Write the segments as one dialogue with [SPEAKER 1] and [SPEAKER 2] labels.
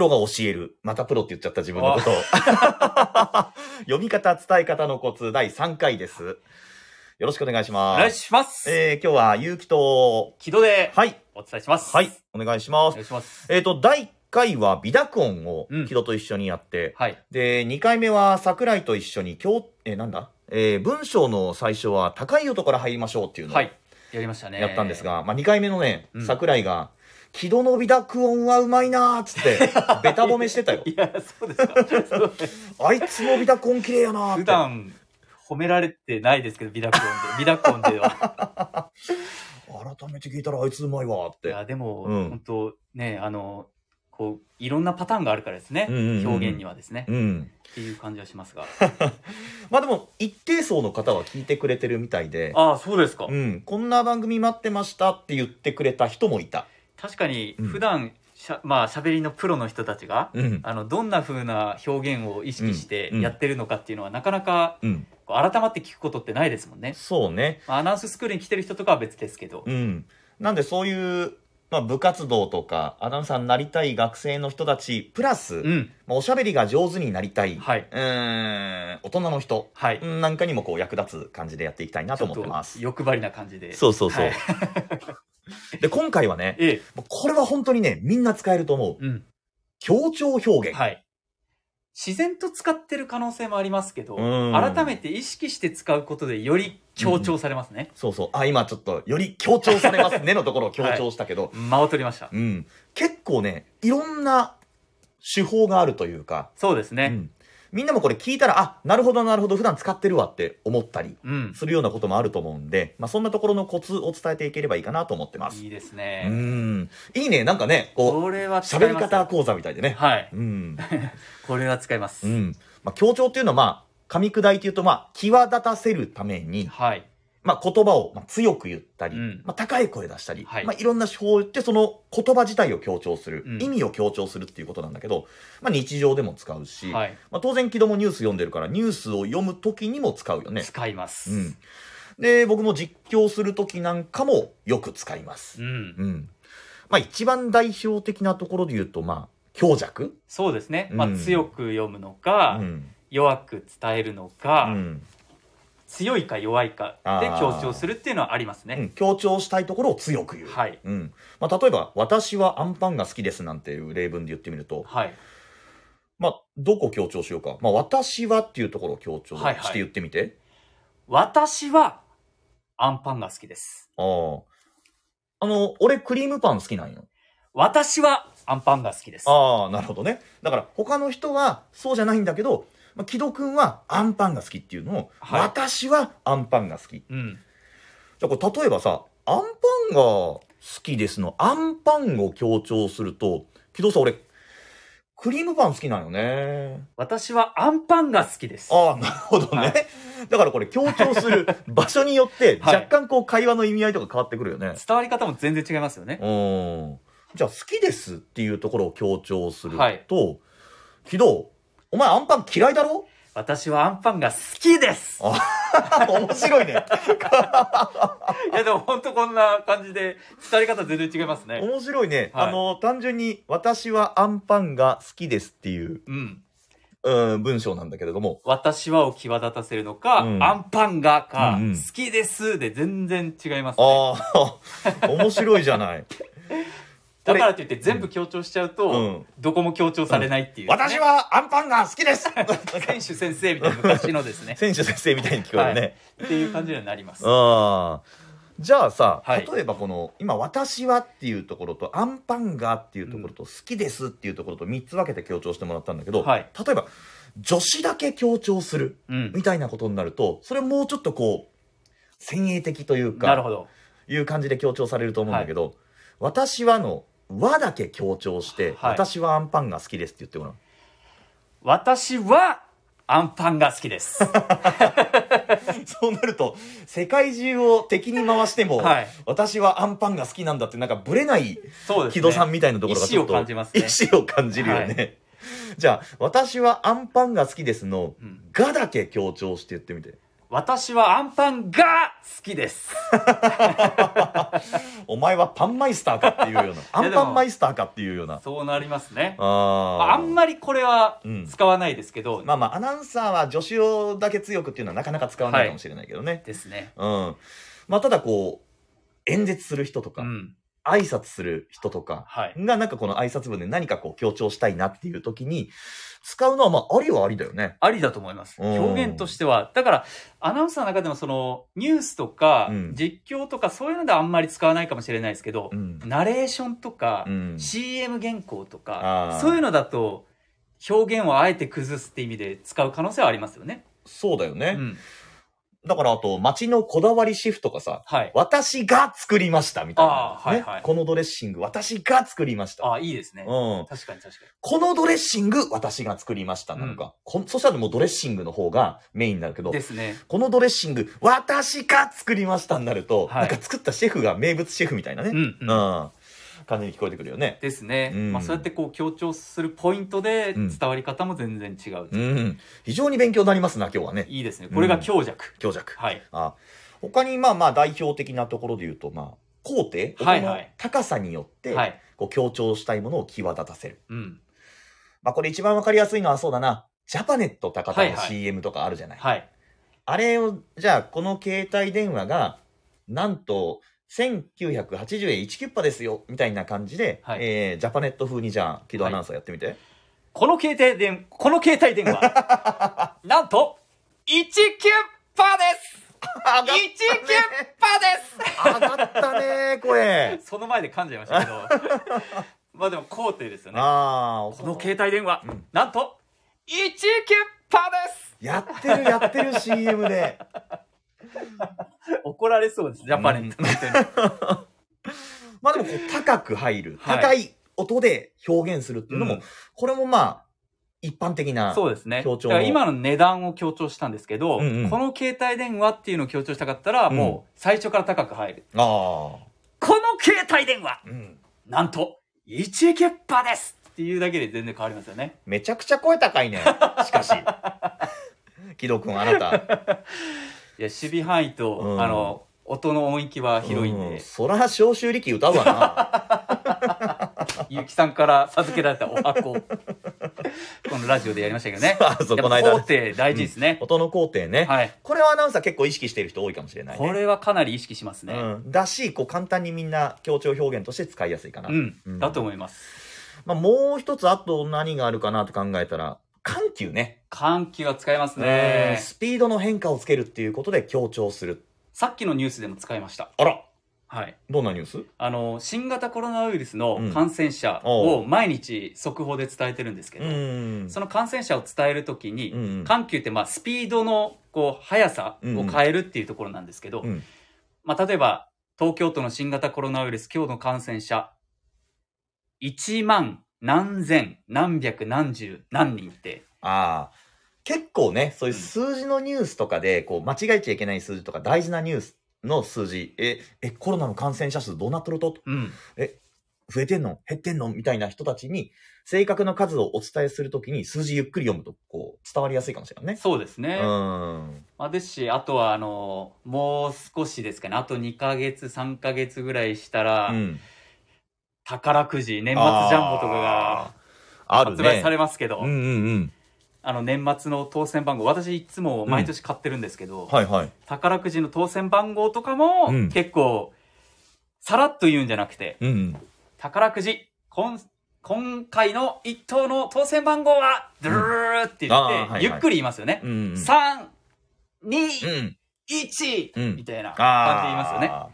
[SPEAKER 1] ロが教える。またプロって言っちゃった自分の ことを。読み方、伝え方のコツ第3回です。よろしくお願いし
[SPEAKER 2] お
[SPEAKER 1] ま
[SPEAKER 2] 願い
[SPEAKER 1] す。
[SPEAKER 2] します。
[SPEAKER 1] えー、今日はゆうきと、
[SPEAKER 2] 木戸で
[SPEAKER 1] はい、
[SPEAKER 2] お伝えします。
[SPEAKER 1] はい。、お願いし
[SPEAKER 2] お
[SPEAKER 1] ます
[SPEAKER 2] 願。いします。
[SPEAKER 1] えっ、と、第1回は美濁音を
[SPEAKER 2] うん
[SPEAKER 1] 木戸と一緒にやって、
[SPEAKER 2] はい。
[SPEAKER 1] で、2回目は桜井と一緒に、今日、えーなんだえー、文章の最初は高い音から入りましょうっていうのを
[SPEAKER 2] はい。やりましたね。
[SPEAKER 1] やったんです。が、まあ、2回目のね
[SPEAKER 2] う、ん
[SPEAKER 1] 桜井が、木戸の美濁音はうまいなーっつって、べた褒めしてたよ。
[SPEAKER 2] いや、そう ですか。そう
[SPEAKER 1] あいつの美濁音綺麗やなーって。
[SPEAKER 2] 普段、褒められてないですけど、ビダコンで。ビダコンで は。
[SPEAKER 1] 改めて聞いたらあいつうまいわーっ
[SPEAKER 2] い
[SPEAKER 1] て。
[SPEAKER 2] や、でも、
[SPEAKER 1] うん
[SPEAKER 2] 本当ね、あの、こう、いろんなパターンがあるからですね。
[SPEAKER 1] うんうんうん
[SPEAKER 2] 表現にはですね。
[SPEAKER 1] うん。
[SPEAKER 2] っていう感じはしますが。
[SPEAKER 1] まあでも、一定層の方は聞いてくれてるみたいで、
[SPEAKER 2] ああ、そうですか。
[SPEAKER 1] うん、こんな番組待ってましたって言ってくれた人もいた。
[SPEAKER 2] 確かに、
[SPEAKER 1] うん
[SPEAKER 2] 普段、しゃまあ、喋りのプロの人たちが、
[SPEAKER 1] うん。
[SPEAKER 2] あの、どんな風な表現を意識して
[SPEAKER 1] うん
[SPEAKER 2] やってるのかっていうのは、なかなか、
[SPEAKER 1] うん。
[SPEAKER 2] こう改まって聞くことってないですもんね。
[SPEAKER 1] そうね。
[SPEAKER 2] まあ、アナウンススクールに来てる人とかは別ですけど、
[SPEAKER 1] うん。なんでそういう、まあ部活動とか、アナウンサーになりたい学生の人たち、プラス、
[SPEAKER 2] うん、
[SPEAKER 1] まあおしゃべりが上手になりたい、
[SPEAKER 2] はいう
[SPEAKER 1] ーん、大人の人
[SPEAKER 2] はい、
[SPEAKER 1] うんなんかにもこう役立つ感じでやっていきたいなと思ってます。
[SPEAKER 2] 欲張りな感じで、
[SPEAKER 1] そうそうそう。
[SPEAKER 2] はい
[SPEAKER 1] で、今回はね、
[SPEAKER 2] ええ、
[SPEAKER 1] もうこれは本当にね、みんな使えると思う。
[SPEAKER 2] うん、
[SPEAKER 1] 協調表現。
[SPEAKER 2] はい。自然と使ってる可能性もありますけど、
[SPEAKER 1] うん
[SPEAKER 2] 改めて意識して使うことでより強調されますね。
[SPEAKER 1] そうそう。あ、今ちょっと、より強調されますねのところを強調したけど、
[SPEAKER 2] 間を取りました。
[SPEAKER 1] うん。結構ね、いろんな手法があるというか、
[SPEAKER 2] そうです
[SPEAKER 1] う
[SPEAKER 2] ね。
[SPEAKER 1] んみんなもこれ聞いたら、あ、なるほどなるほど、普段使ってるわって思ったり
[SPEAKER 2] うん、
[SPEAKER 1] するようなこともあると思うんで、まあそんなところのコツを伝えていければいいかなと思ってます。
[SPEAKER 2] いいです
[SPEAKER 1] う
[SPEAKER 2] ね。
[SPEAKER 1] ん。いいね、なんかね、こ
[SPEAKER 2] これ
[SPEAKER 1] う、
[SPEAKER 2] は使
[SPEAKER 1] 喋
[SPEAKER 2] い
[SPEAKER 1] り
[SPEAKER 2] ます。
[SPEAKER 1] 方講座みたいでね。
[SPEAKER 2] はい、
[SPEAKER 1] うん。
[SPEAKER 2] これは使います。
[SPEAKER 1] うん。まあ強調っていうのは、まあ、噛み砕いて言うと、まあ、際立たせるために、
[SPEAKER 2] はい、
[SPEAKER 1] まあ、言葉をまあ強く言ったり、
[SPEAKER 2] うん
[SPEAKER 1] まあ、高い声出したり、
[SPEAKER 2] はい
[SPEAKER 1] いまあ、いろんな手法を言ってその言葉自体を強調する、
[SPEAKER 2] うん
[SPEAKER 1] 意味を強調するっていうことなんだけど、まあ、日常でも使うし、
[SPEAKER 2] はい、
[SPEAKER 1] まあ、当然木戸もニュース読んでるからニュースを読む時にも使うよね。
[SPEAKER 2] 使います。
[SPEAKER 1] うん、で僕も実況する時なんかもよく使います。
[SPEAKER 2] うん
[SPEAKER 1] うんまあ、一番代表的なところで言うと、まあ、強弱、
[SPEAKER 2] そうですね。まあ、
[SPEAKER 1] うん
[SPEAKER 2] 強く読むのか、
[SPEAKER 1] うん
[SPEAKER 2] 弱く伝えるの
[SPEAKER 1] う
[SPEAKER 2] か、
[SPEAKER 1] ん
[SPEAKER 2] 強いか弱いかで
[SPEAKER 1] あー
[SPEAKER 2] 強調するっていうのはあります
[SPEAKER 1] う
[SPEAKER 2] ね。
[SPEAKER 1] ん強調したいところを強く言う。
[SPEAKER 2] はい。
[SPEAKER 1] うんまあ、例えば「私はアンパンが好きです」なんていう例文で言ってみると、
[SPEAKER 2] はい。
[SPEAKER 1] まあ、どこを強調しようか。まあ、私はっていうところを強調
[SPEAKER 2] はいはい
[SPEAKER 1] して言ってみて。
[SPEAKER 2] 私は、アンパンが好きです。
[SPEAKER 1] ああ。あの、俺クリームパン好きなんよ。
[SPEAKER 2] 私は、アンパンが好きです。
[SPEAKER 1] ああ、なるほどね。だから、他の人はそうじゃないんだけど、まあ、木戸くんはアンパンが好きっていうのを、
[SPEAKER 2] はい
[SPEAKER 1] 私はアンパンが好き。じ
[SPEAKER 2] うん。
[SPEAKER 1] ゃあ、これ例えばさ、アンパンが好きですの、アンパンを強調すると、木戸さん、俺、クリームパン好きなんよね。
[SPEAKER 2] 私は、アンパンが好きです。
[SPEAKER 1] ああ、なるほどね。
[SPEAKER 2] はい
[SPEAKER 1] だからこれ強調す る場所によって、
[SPEAKER 2] はい
[SPEAKER 1] 若干こう会話の意味合いとか変わってくるよね。
[SPEAKER 2] 伝わり方も全然違いますよね。
[SPEAKER 1] うん。じゃあ好きですっていうところを強調すると、
[SPEAKER 2] はい
[SPEAKER 1] 木戸、お前アンパン嫌いだろ
[SPEAKER 2] 私は、アンパンが好きです。
[SPEAKER 1] 面白いね。
[SPEAKER 2] いや、でも、本当こんな感じで、伝わり方全然違いますね。
[SPEAKER 1] 面白いね。
[SPEAKER 2] はい
[SPEAKER 1] あの、単純に私はアンパンが好きですっていう、
[SPEAKER 2] うん。
[SPEAKER 1] うん、文章なんだけれども、
[SPEAKER 2] 私はを際立たせるのか、
[SPEAKER 1] うん
[SPEAKER 2] アンパンがか、
[SPEAKER 1] うんうん
[SPEAKER 2] 好きですで全然違いますね。
[SPEAKER 1] あ あ、面白いじゃない。
[SPEAKER 2] だからといって全部強調しちゃうと、
[SPEAKER 1] うん
[SPEAKER 2] どこも強調されないっていう、
[SPEAKER 1] 私はアンパンが好きです
[SPEAKER 2] 選手先生みたいな昔のですね
[SPEAKER 1] 選手先生みたいに聞こえるね。
[SPEAKER 2] はいっていう感じになります
[SPEAKER 1] あーじゃあさ、
[SPEAKER 2] はい
[SPEAKER 1] 例えばこの今「私は」っていうところと「アンパンが」っていうところと「好きです」っていうところと3つ分けて強調してもらったんだけど、
[SPEAKER 2] はい
[SPEAKER 1] 例えば女子だけ強調する
[SPEAKER 2] うん
[SPEAKER 1] みたいなことになるとそれもうちょっとこう先鋭的という
[SPEAKER 2] なるほ
[SPEAKER 1] か
[SPEAKER 2] ど
[SPEAKER 1] いう感じで強調されると思うんだけど「私は」の「は」だけ強調して「
[SPEAKER 2] はい
[SPEAKER 1] 私はアンパンが好きです」って言ってもらう。
[SPEAKER 2] 私はアンパンが好きです
[SPEAKER 1] そうなると世界中を敵に回しても、
[SPEAKER 2] はい
[SPEAKER 1] 私はアンパンが好きなんだってなんかブレない
[SPEAKER 2] そうです
[SPEAKER 1] 木
[SPEAKER 2] ね
[SPEAKER 1] 戸さんみたいなところがちょっと
[SPEAKER 2] 意思を感じますね
[SPEAKER 1] 意思を感じるよね、
[SPEAKER 2] は
[SPEAKER 1] じゃあ「私はアンパンが好きですの」
[SPEAKER 2] うん
[SPEAKER 1] が」だけ強調して言ってみて
[SPEAKER 2] 私はアンパンが好き です。
[SPEAKER 1] お前はパンマイスターか っていうようなアンパンマイスターかっていうような
[SPEAKER 2] そうなりますね。まあ、あ
[SPEAKER 1] あー
[SPEAKER 2] んまりこれは
[SPEAKER 1] うん
[SPEAKER 2] 使わないですけど、
[SPEAKER 1] まあまあアナウンサーは助手をだけ強くっていうのはなかなか使わな
[SPEAKER 2] はいい
[SPEAKER 1] かもしれないけどね、
[SPEAKER 2] ですね。
[SPEAKER 1] うんまあただこう演説する人と
[SPEAKER 2] う
[SPEAKER 1] か、
[SPEAKER 2] ん。
[SPEAKER 1] 挨拶する人とか
[SPEAKER 2] はい。
[SPEAKER 1] がなんかこの挨拶文で何かこう強調したいなっていう時に使うのはまあありはありだよね
[SPEAKER 2] ありだと思います。
[SPEAKER 1] うん
[SPEAKER 2] 表現としては。だから、アナウンサーの中でもその、ニュースとか
[SPEAKER 1] う、ん
[SPEAKER 2] 実況とか、そういうのではあんまり使わないかもしれないですけど
[SPEAKER 1] う、ん、
[SPEAKER 2] ナレーションとか
[SPEAKER 1] う、ん
[SPEAKER 2] CM 原稿と
[SPEAKER 1] あ
[SPEAKER 2] か
[SPEAKER 1] ー、
[SPEAKER 2] そういうのだと、表現をあえて崩すって意味で使う可能性はありますよね。
[SPEAKER 1] そうだよ
[SPEAKER 2] う
[SPEAKER 1] ね、
[SPEAKER 2] ん。
[SPEAKER 1] だからあと街のこだわりシェフとかさ
[SPEAKER 2] はい。
[SPEAKER 1] 私が作りましたみたいな、ね
[SPEAKER 2] あーはいはい
[SPEAKER 1] このドレッシング私が作りました、
[SPEAKER 2] ああ、いいですね。
[SPEAKER 1] うん、
[SPEAKER 2] 確かに確かに。
[SPEAKER 1] このドレッシング私が作りましたなのか、こんそしたらもうドレッシングの方がメインになるけど
[SPEAKER 2] ですね。
[SPEAKER 1] このドレッシング私が作りましたになると、
[SPEAKER 2] はい
[SPEAKER 1] なんか作ったシェフが名物シェフみたいなね、
[SPEAKER 2] うん、うん。
[SPEAKER 1] うん感じに聞こえてくるよね。
[SPEAKER 2] ですね、
[SPEAKER 1] うん
[SPEAKER 2] まあ、そうやってこう強調するポイントで
[SPEAKER 1] うん
[SPEAKER 2] 伝わり方も全然違う、
[SPEAKER 1] うん、非常に勉強になりますな今日はね
[SPEAKER 2] いいですねこれが強弱、
[SPEAKER 1] 強弱。
[SPEAKER 2] はい
[SPEAKER 1] あ他にまあまあ代表的なところで言うとまあ工程音
[SPEAKER 2] はいは
[SPEAKER 1] の
[SPEAKER 2] い
[SPEAKER 1] 高さによって
[SPEAKER 2] はい、
[SPEAKER 1] こう強調したいものを際立たせる。
[SPEAKER 2] うん、
[SPEAKER 1] まあこれ一番わかりやすいのはそうだなジャパネット高田
[SPEAKER 2] はい
[SPEAKER 1] の
[SPEAKER 2] はい
[SPEAKER 1] CM とかあるじゃない。
[SPEAKER 2] はい
[SPEAKER 1] あれを、じゃあ、この携帯電話が、なんと、1980円1キュッパですよ、みたいな感じで、
[SPEAKER 2] はい
[SPEAKER 1] えージャパネット風にじゃあ、木戸アナウンサーやってみて。
[SPEAKER 2] この携帯電この携帯電話 なんと1キュッパです1キュッパ
[SPEAKER 1] 上がったね、これ
[SPEAKER 2] で。す その前で噛んじゃいました けどまあでも肯定ですよね
[SPEAKER 1] ああ、
[SPEAKER 2] この携帯電話、
[SPEAKER 1] うん
[SPEAKER 2] なんと1キュッパです
[SPEAKER 1] やってる、やってる CM で。
[SPEAKER 2] 怒られそうですジャパネットの人に、
[SPEAKER 1] まあでもこう、高く入る、
[SPEAKER 2] はい
[SPEAKER 1] 高い音で表現するっていうのも、
[SPEAKER 2] うん
[SPEAKER 1] これもまあ、一般的な。
[SPEAKER 2] そうですね。
[SPEAKER 1] 強調
[SPEAKER 2] だ
[SPEAKER 1] の
[SPEAKER 2] から今の値段を強調したんですけど、
[SPEAKER 1] うんうん
[SPEAKER 2] この携帯電話っていうのを強調したかったら、
[SPEAKER 1] うん
[SPEAKER 2] もう最初から高く入る。
[SPEAKER 1] あ
[SPEAKER 2] この携帯電話、
[SPEAKER 1] あ。うん。
[SPEAKER 2] なんと、1キュッパですっていうだけで全然変わりますよね。
[SPEAKER 1] めちゃくちゃ声高いね。しかし。 木戸くん、あなた。
[SPEAKER 2] いや、守備範囲と、
[SPEAKER 1] うん
[SPEAKER 2] あの、音の音域は広いん
[SPEAKER 1] う
[SPEAKER 2] で、
[SPEAKER 1] そら消臭力歌うわな
[SPEAKER 2] ゆうきさんから授けられたお 箱、このラジオでやりましたけど ね。
[SPEAKER 1] あ そう
[SPEAKER 2] や
[SPEAKER 1] この
[SPEAKER 2] っぱ
[SPEAKER 1] 間
[SPEAKER 2] 工程大事ですね。
[SPEAKER 1] 音の工程ね、
[SPEAKER 2] はい。
[SPEAKER 1] これはアナウンサー結構意識している人多いかもしれないね
[SPEAKER 2] これはかなり意識しますね。
[SPEAKER 1] うん、だしこう簡単にみんな強調表現として使いやすいかな、
[SPEAKER 2] うん。
[SPEAKER 1] うん
[SPEAKER 2] だと思います。
[SPEAKER 1] まあ、もう一つあと何があるかなと考えたら緩急ね
[SPEAKER 2] 緩急は使えます
[SPEAKER 1] うん
[SPEAKER 2] ね。
[SPEAKER 1] スピードの変化をつけるっていうことで強調する
[SPEAKER 2] さっきのニュースでも使いました。
[SPEAKER 1] あら
[SPEAKER 2] はい。
[SPEAKER 1] どんなニュース
[SPEAKER 2] あの新型コロナウイルスの
[SPEAKER 1] うん
[SPEAKER 2] 感染者
[SPEAKER 1] お
[SPEAKER 2] を毎日速報で伝えてるんですけど、
[SPEAKER 1] ん
[SPEAKER 2] その感染者を伝えるときに、
[SPEAKER 1] うん
[SPEAKER 2] 緩急ってまあスピードのこう速さを変えるっていうところなんですけど、
[SPEAKER 1] うん
[SPEAKER 2] まあ、例えば東京都の新型コロナウイルス今日の感染者1万何千何百何十何人って、
[SPEAKER 1] ああ結構ねそういう数字のニュースとかでこう間違えちゃいけない数字とか大事なニュースの数字ええコロナの感染者数どうなっとると
[SPEAKER 2] うん、
[SPEAKER 1] 増えてんの減ってんのみたいな人たちに、正確な数をお伝えするときに数字ゆっくり読むと、こう、伝わりやすいかもしれないね。
[SPEAKER 2] そうです
[SPEAKER 1] う
[SPEAKER 2] ね、
[SPEAKER 1] ーん。
[SPEAKER 2] まあ、ですしあとはあのもう少しですかねあと2ヶ月3ヶ月ぐらいしたら、
[SPEAKER 1] うん。
[SPEAKER 2] 宝くじ年末ジャンボとかが
[SPEAKER 1] あー、ある
[SPEAKER 2] 発
[SPEAKER 1] ね。
[SPEAKER 2] 売されますけどあ、
[SPEAKER 1] うんうんうん。
[SPEAKER 2] の年末の当選番号私いつも毎年買ってるんですけど、
[SPEAKER 1] はいはい。
[SPEAKER 2] 宝くじの当選番号とかも
[SPEAKER 1] うん
[SPEAKER 2] 結構さらっと言うんじゃなくて
[SPEAKER 1] うんうん。
[SPEAKER 2] 宝くじ今今回の一等の当選番号はドゥルルルルって言
[SPEAKER 1] あーはいは
[SPEAKER 2] っ
[SPEAKER 1] い
[SPEAKER 2] てゆっくり言いますよね
[SPEAKER 1] う、んうん。
[SPEAKER 2] 三二
[SPEAKER 1] うん。
[SPEAKER 2] 一
[SPEAKER 1] うん
[SPEAKER 2] みたいな感じで言いますよね、
[SPEAKER 1] ああ。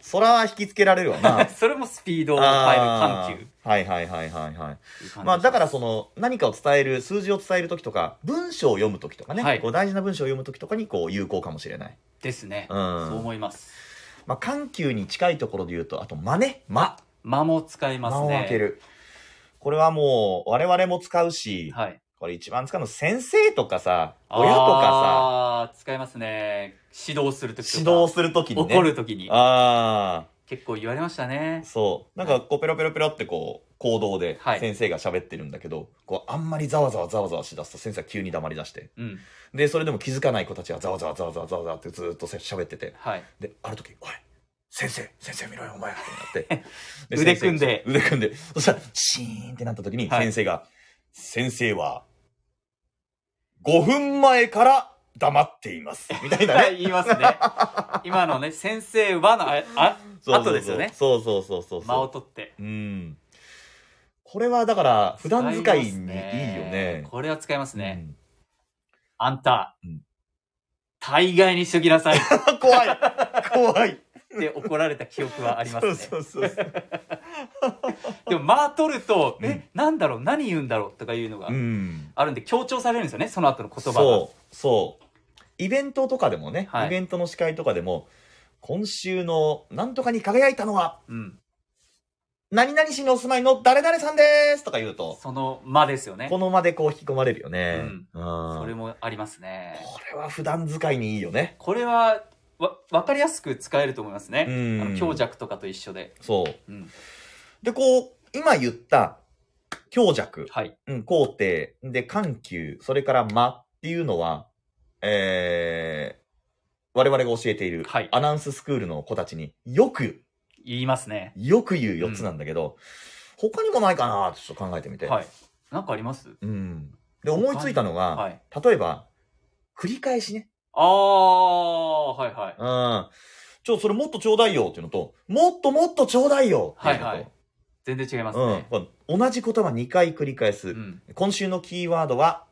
[SPEAKER 1] そら引きつけられるわな。
[SPEAKER 2] それもスピードを変える
[SPEAKER 1] あー
[SPEAKER 2] 緩急
[SPEAKER 1] はいはいはいはいはい。
[SPEAKER 2] っていう感じ
[SPEAKER 1] まあだからその何かを伝える、数字を伝えるときとか、文章を読むときとかね、
[SPEAKER 2] はい
[SPEAKER 1] こう大事な文章を読むときとかにこう有効かもしれない。
[SPEAKER 2] ですね、
[SPEAKER 1] うん。
[SPEAKER 2] そう思います
[SPEAKER 1] まあ、緩急に近いところで言うと、あと、間ね。間。
[SPEAKER 2] 間も使いますね
[SPEAKER 1] 間を開ける。これはもう、我々も使うし、
[SPEAKER 2] はい。
[SPEAKER 1] これ一番使うの、先生とかさ、親とか
[SPEAKER 2] さ。使いますね。指導するとき
[SPEAKER 1] さ、指
[SPEAKER 2] とか。
[SPEAKER 1] 導するときにね。
[SPEAKER 2] 怒るときに。
[SPEAKER 1] ああ。
[SPEAKER 2] 結構言われましたね。
[SPEAKER 1] そう。なんか、こう、ペロペロペロってこう、行動で
[SPEAKER 2] はい
[SPEAKER 1] 先生が喋ってるんだけど、こうあんまりざわざわざわざわしだすと先生が急に黙り出して
[SPEAKER 2] うん。
[SPEAKER 1] でそれでも気づかない子たちはざわざわざわざわざわざわってずーっとせ喋ってて
[SPEAKER 2] はい。
[SPEAKER 1] である時「おい先生先生見ろよお前」ってなって
[SPEAKER 2] 腕組ん
[SPEAKER 1] 先
[SPEAKER 2] で
[SPEAKER 1] 生腕組んでそしたらシーンってなった時に
[SPEAKER 2] はい
[SPEAKER 1] 先生が「先生は5分前から黙っています」みたいなね
[SPEAKER 2] はい言いますね。今のね、先生はの、あ、あ
[SPEAKER 1] そうそうそう
[SPEAKER 2] 後ですよね
[SPEAKER 1] そうそうそうそうそう
[SPEAKER 2] 間を取って。
[SPEAKER 1] うんこれはだから普段使いにいいよね
[SPEAKER 2] これは使いますね。
[SPEAKER 1] うん
[SPEAKER 2] あんた、
[SPEAKER 1] うん
[SPEAKER 2] 大概にしときなさいっ
[SPEAKER 1] あ怖い 怖い
[SPEAKER 2] て怒られた記憶はありますね。
[SPEAKER 1] そうそうそう
[SPEAKER 2] でも間取ると、
[SPEAKER 1] うん
[SPEAKER 2] え、なんだろう、何言うんだろうとか いうのが
[SPEAKER 1] うん
[SPEAKER 2] あるんで、強調されるんですよね、その後の言葉が。
[SPEAKER 1] そうそうイベントとかでもね、
[SPEAKER 2] はい
[SPEAKER 1] イベントの司会とかでも今週のなんとかに輝いたのは
[SPEAKER 2] うん。
[SPEAKER 1] 何々市にお住まいの誰々さんですとか言うと
[SPEAKER 2] その間ですよね。
[SPEAKER 1] この間でこう引き込まれるよね、うん
[SPEAKER 2] それ
[SPEAKER 1] こ
[SPEAKER 2] もありますね。
[SPEAKER 1] れは普段使いにいいよね
[SPEAKER 2] これは、わ、わかりやすく使えると思いますね。
[SPEAKER 1] うん
[SPEAKER 2] あの強弱とかと一緒で。
[SPEAKER 1] そう
[SPEAKER 2] うん。
[SPEAKER 1] で、こう、今言った、強弱、
[SPEAKER 2] はい。
[SPEAKER 1] うん、工程、で、緩急、それから間っていうのは、えー、我々が教えている、
[SPEAKER 2] はい
[SPEAKER 1] アナウンススクールの子たちによく、
[SPEAKER 2] 言いますね。
[SPEAKER 1] よく言う4つなんだけど、他にもないかなってちょっと考えてみて。
[SPEAKER 2] はい。なんかあります
[SPEAKER 1] うん。で、思いついたのが、
[SPEAKER 2] はい。
[SPEAKER 1] 例えば、繰り返しね。
[SPEAKER 2] ああ、はいはい。
[SPEAKER 1] うん。ちょ、それもっとちょうだいよっていうのと、もっともっとちょうだいよっていうのと、
[SPEAKER 2] はいはい全然違います
[SPEAKER 1] うん
[SPEAKER 2] ね。
[SPEAKER 1] これ。同じ言葉2回繰り返す。
[SPEAKER 2] うん。
[SPEAKER 1] 今週のキーワードは、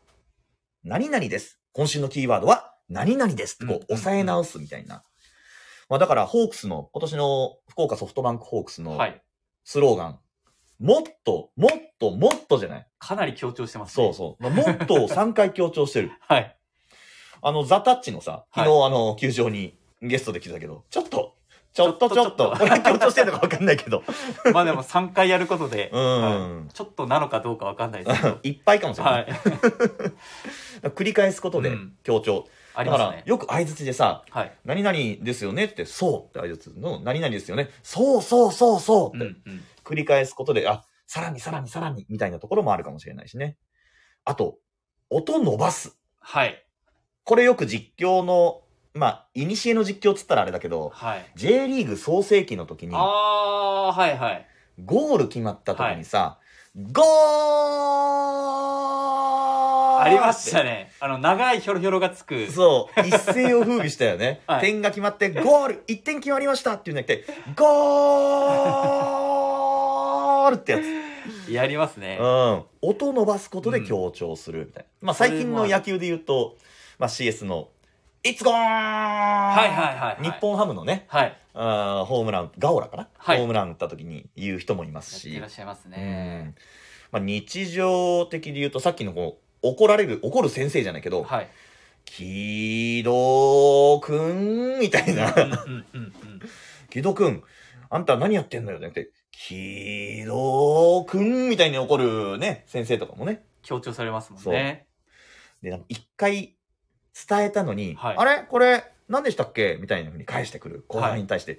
[SPEAKER 1] 何々です。今週のキーワードは、何々です。ってこ
[SPEAKER 2] うん
[SPEAKER 1] う、抑え直すみたいな。まあだから、ホークスの、今年の福岡ソフトバンクホークスの
[SPEAKER 2] はい。
[SPEAKER 1] スローガン、もっと、もっと、もっとじゃない。
[SPEAKER 2] かなり強調してますね。
[SPEAKER 1] そうそう。まあ、もっとを3回強調してる。
[SPEAKER 2] はい。
[SPEAKER 1] あの、ザ・タッチのさ、昨日、
[SPEAKER 2] は
[SPEAKER 1] あの、球場にゲストで来たけど、ちょっと、ちょっと、
[SPEAKER 2] ち
[SPEAKER 1] ち
[SPEAKER 2] ょ
[SPEAKER 1] ょ
[SPEAKER 2] っ
[SPEAKER 1] っ
[SPEAKER 2] と
[SPEAKER 1] と、これ強調してるのか分かんない けど、
[SPEAKER 2] まあでも3回やることで、
[SPEAKER 1] う
[SPEAKER 2] は
[SPEAKER 1] ん。。
[SPEAKER 2] ちょっとなのかどうかわかんないですけど
[SPEAKER 1] いっぱいかもしれな。
[SPEAKER 2] はいい。
[SPEAKER 1] 繰り返すこと
[SPEAKER 2] う
[SPEAKER 1] で
[SPEAKER 2] ん
[SPEAKER 1] 強調。
[SPEAKER 2] あり
[SPEAKER 1] だか
[SPEAKER 2] ます
[SPEAKER 1] ら
[SPEAKER 2] ね、。
[SPEAKER 1] よく相槌でさ、
[SPEAKER 2] はい。
[SPEAKER 1] 何々ですよねって、そうって挨拶の、何々ですよね。そうそうそうそううんっ
[SPEAKER 2] う
[SPEAKER 1] て
[SPEAKER 2] ん。
[SPEAKER 1] 繰り返すことで、あ、さらにさらにさらにみたいなところもあるかもしれないしね。あと、音伸ばす。
[SPEAKER 2] はい。
[SPEAKER 1] これよく実況の、まあ、いにしえの実況っつったらあれだけど、
[SPEAKER 2] はい。
[SPEAKER 1] J リーグ創世期の時に、
[SPEAKER 2] ああー、はいはい。
[SPEAKER 1] ゴール決まった時にさ、ゴー
[SPEAKER 2] ありましたね。あの、長いヒョロヒョロがつく。。
[SPEAKER 1] そう、一世を風靡したよね
[SPEAKER 2] はい
[SPEAKER 1] 点が決まって、ゴール !1 点決まりましたっていうんじゃなくて、ゴールってやつ。
[SPEAKER 2] やりますね
[SPEAKER 1] う。ん。音伸ばすことで強調するみたいな。まあ最近の野球で言うと、まあ CS の、It's gone! はい
[SPEAKER 2] はいはいはい
[SPEAKER 1] 日本ハムのね、
[SPEAKER 2] はい。
[SPEAKER 1] あーホームラン、ガオラかな、
[SPEAKER 2] はい
[SPEAKER 1] ホームラン打った時に言う人もいます
[SPEAKER 2] やっ
[SPEAKER 1] し。
[SPEAKER 2] てらっしゃいます
[SPEAKER 1] うん
[SPEAKER 2] ね。
[SPEAKER 1] まあ、日常的で言うと、さっきのこう、怒られる、怒る先生じゃないけど、
[SPEAKER 2] はい。
[SPEAKER 1] 木戸くんみたいな
[SPEAKER 2] う。んうんうんうん。
[SPEAKER 1] 木戸くん、あんた何やってんのよじゃなくて、木戸くんみたいに怒るね、先生とかもね。
[SPEAKER 2] 強調されますもんね。
[SPEAKER 1] で、なんか一回伝えたのに、
[SPEAKER 2] はい
[SPEAKER 1] あれこれ何でしたっけみたいな風に返してくる後輩に対して、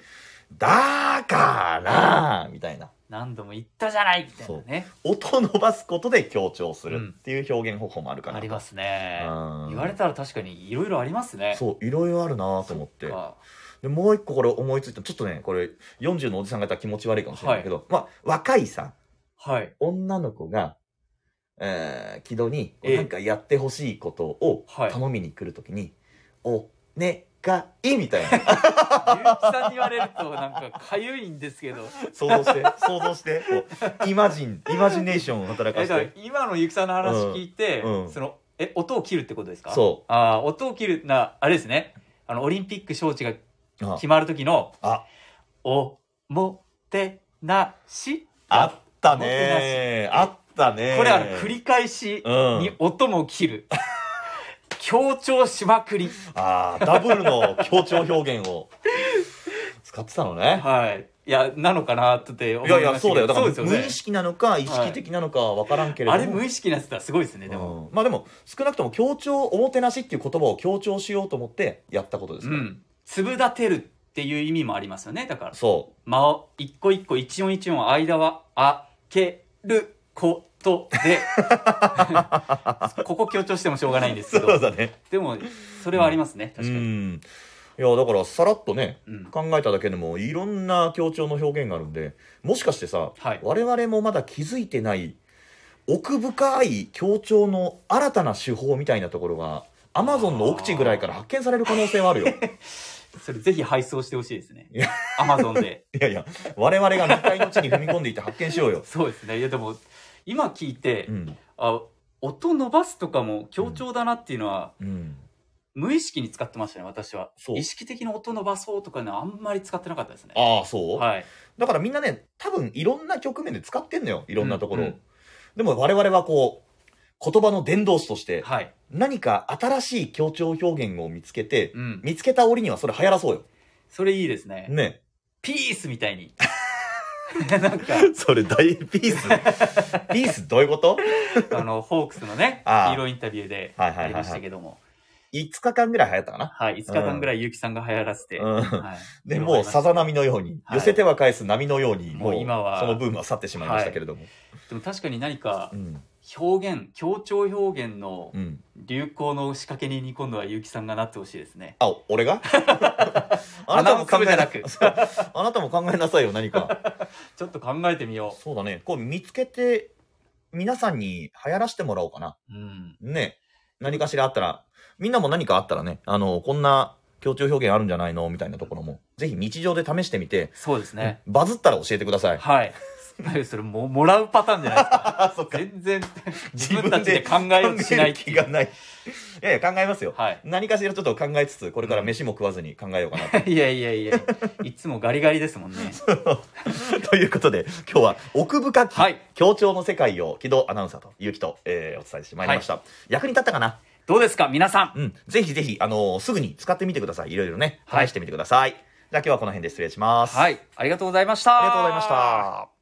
[SPEAKER 1] だからみたいな。
[SPEAKER 2] 何度も言ったじゃないみたいなね。
[SPEAKER 1] 音を伸ばすことで強調するっていう表現方法もあるかな。
[SPEAKER 2] ありますね。
[SPEAKER 1] うん
[SPEAKER 2] 言われたら確かにいろいろありますね。
[SPEAKER 1] そう、いろいろあるなと思って。
[SPEAKER 2] か
[SPEAKER 1] で、もう一個これ思いついた。ちょっとね、これ40のおじさんがいたら気持ち悪いかもしれないけど、まあ、若いさ、
[SPEAKER 2] はい。
[SPEAKER 1] 女の子が、えー、木戸に、
[SPEAKER 2] ええ
[SPEAKER 1] なんかやってほしいことを
[SPEAKER 2] はい
[SPEAKER 1] 頼みに来るときに、お願いみたいな。
[SPEAKER 2] ゆうきさんに言われるとなんかかゆいんですけど。
[SPEAKER 1] 想像して、想像して、こうイマジン、イマジネーションを働か
[SPEAKER 2] え
[SPEAKER 1] せ
[SPEAKER 2] だから
[SPEAKER 1] て。
[SPEAKER 2] 今のゆうきさんの話聞いて、
[SPEAKER 1] うんうん
[SPEAKER 2] そのえ音を切るってことですか
[SPEAKER 1] そう
[SPEAKER 2] ああ音を切るなあれですねあのオリンピック招致が
[SPEAKER 1] あ
[SPEAKER 2] 決まる時の
[SPEAKER 1] あ
[SPEAKER 2] 「おもてなし」
[SPEAKER 1] あったねあったね
[SPEAKER 2] これあの繰り返し
[SPEAKER 1] うん
[SPEAKER 2] に音も切る、強調しまくり
[SPEAKER 1] あーダブルの強調表現を使ってたのね。
[SPEAKER 2] はいいやなのかなって思
[SPEAKER 1] い
[SPEAKER 2] いま
[SPEAKER 1] や
[SPEAKER 2] す
[SPEAKER 1] いや、そうだよ。だから、
[SPEAKER 2] です
[SPEAKER 1] 無
[SPEAKER 2] よね
[SPEAKER 1] 意識なのか、意識的なのかは分からんけれども。
[SPEAKER 2] あれ無意識なやつだすごいですねでも、
[SPEAKER 1] うんまあでも、少なくとも強調、おもてなしっていう言葉を強調しようと思ってやったことで
[SPEAKER 2] う
[SPEAKER 1] す
[SPEAKER 2] ん
[SPEAKER 1] から。
[SPEAKER 2] 粒立てるっていう意味もありますよねだから
[SPEAKER 1] そ
[SPEAKER 2] 間を一個一個一音一音間は開けること で、ここ強調してもしょうがないんですけ
[SPEAKER 1] そう
[SPEAKER 2] ど、
[SPEAKER 1] だね。
[SPEAKER 2] でも、それはありますね、
[SPEAKER 1] う
[SPEAKER 2] 確かに。
[SPEAKER 1] ん。いや、だからさらっとね、
[SPEAKER 2] うん。
[SPEAKER 1] 考えただけでもいろんな強調の表現があるんで、もしかしてさ、
[SPEAKER 2] はい。
[SPEAKER 1] 我々もまだ気づいてない奥深い協調の新たな手法みたいなところがアマゾンの奥地ぐらいから発見される可能性はあるよ い
[SPEAKER 2] それぜひ配送してほしいですね
[SPEAKER 1] いや。
[SPEAKER 2] アマゾンで。
[SPEAKER 1] やいや我々が未開の地に踏み込んでいって発見しようよ、
[SPEAKER 2] そうですね。いや、でも、今聞いて
[SPEAKER 1] う、ん
[SPEAKER 2] あ、音伸ばすとかも強調だなっていうのは、
[SPEAKER 1] うん、
[SPEAKER 2] 無意識に使ってましたね、私は。
[SPEAKER 1] そう
[SPEAKER 2] 意識的に音伸ばそうとかね、あんまり使ってなかったですね。
[SPEAKER 1] ああそう、
[SPEAKER 2] はい。
[SPEAKER 1] だからみんなね多分いろんな局面で使ってんのよいろんなところを、
[SPEAKER 2] うんうん
[SPEAKER 1] でも我々はこう言葉の伝道師として
[SPEAKER 2] はい。
[SPEAKER 1] 何か新しい協調表現を見つけて、
[SPEAKER 2] うん。
[SPEAKER 1] 見つけた折にはそれ流行らそうよ
[SPEAKER 2] それいいですね。
[SPEAKER 1] ね
[SPEAKER 2] ピースみたいに。 なんか、
[SPEAKER 1] それ大ピース ピースどういうこと
[SPEAKER 2] あの、ホークスのね、ヒ
[SPEAKER 1] ああ
[SPEAKER 2] ーローインタビューで
[SPEAKER 1] はいはいはいはい
[SPEAKER 2] ありましたけども。
[SPEAKER 1] 5日間ぐらい流行ったかな。
[SPEAKER 2] はい。5日間ぐらい結城さんが流行らせて。
[SPEAKER 1] うん、
[SPEAKER 2] は
[SPEAKER 1] で
[SPEAKER 2] い広が
[SPEAKER 1] もう
[SPEAKER 2] りました
[SPEAKER 1] さざ波のように、
[SPEAKER 2] はい
[SPEAKER 1] 寄せては返す波のように
[SPEAKER 2] もう今は
[SPEAKER 1] そのブームは去ってしまいましたけれども、
[SPEAKER 2] でも確かに何か
[SPEAKER 1] うん
[SPEAKER 2] 表現、強調表現の
[SPEAKER 1] うん、
[SPEAKER 2] 流行の仕掛け人に今度は結城さんがなってほしいですね。
[SPEAKER 1] あ俺 があ
[SPEAKER 2] アナウンス部
[SPEAKER 1] そうあなたも考えなさいよ何か
[SPEAKER 2] ちょっと考えてみよ
[SPEAKER 1] そうだねこう見つけて皆さんに流行らしてもらおうかな
[SPEAKER 2] う。うん。
[SPEAKER 1] ね何かしらあったらみんなも何かあったらねあのこんな強調表現あるんじゃないのみたいなところもぜひ日常で試してみて、
[SPEAKER 2] そうですね。
[SPEAKER 1] バズったら教えてくだ さい
[SPEAKER 2] はい。それも、もらうパターンじゃないです か。
[SPEAKER 1] あそっ
[SPEAKER 2] 全然、自
[SPEAKER 1] 自
[SPEAKER 2] 分
[SPEAKER 1] 分
[SPEAKER 2] た
[SPEAKER 1] た
[SPEAKER 2] ち
[SPEAKER 1] ち
[SPEAKER 2] で
[SPEAKER 1] で
[SPEAKER 2] 考えようとしないって
[SPEAKER 1] 気
[SPEAKER 2] いう
[SPEAKER 1] がない。いやいや、考えますよ。
[SPEAKER 2] はい。
[SPEAKER 1] 何かしらちょっと考えつつ、これから飯も食わずに考えようかなと。
[SPEAKER 2] いやいやいや、いつもガリガリですもんね。
[SPEAKER 1] ということで、今日は奥深き、
[SPEAKER 2] はい
[SPEAKER 1] 協調の世界を木戸アナウンサーと結城と、えーお伝えしてまいりました。役に立ったかな
[SPEAKER 2] どうですか、皆さん。
[SPEAKER 1] うん。ぜひぜひ、あのーすぐに使ってみてください。いろいろね、
[SPEAKER 2] はい
[SPEAKER 1] 試してみてください。じゃあ今日はこの辺で失礼します。
[SPEAKER 2] はい、ありがとうございました。
[SPEAKER 1] ありがとうございました。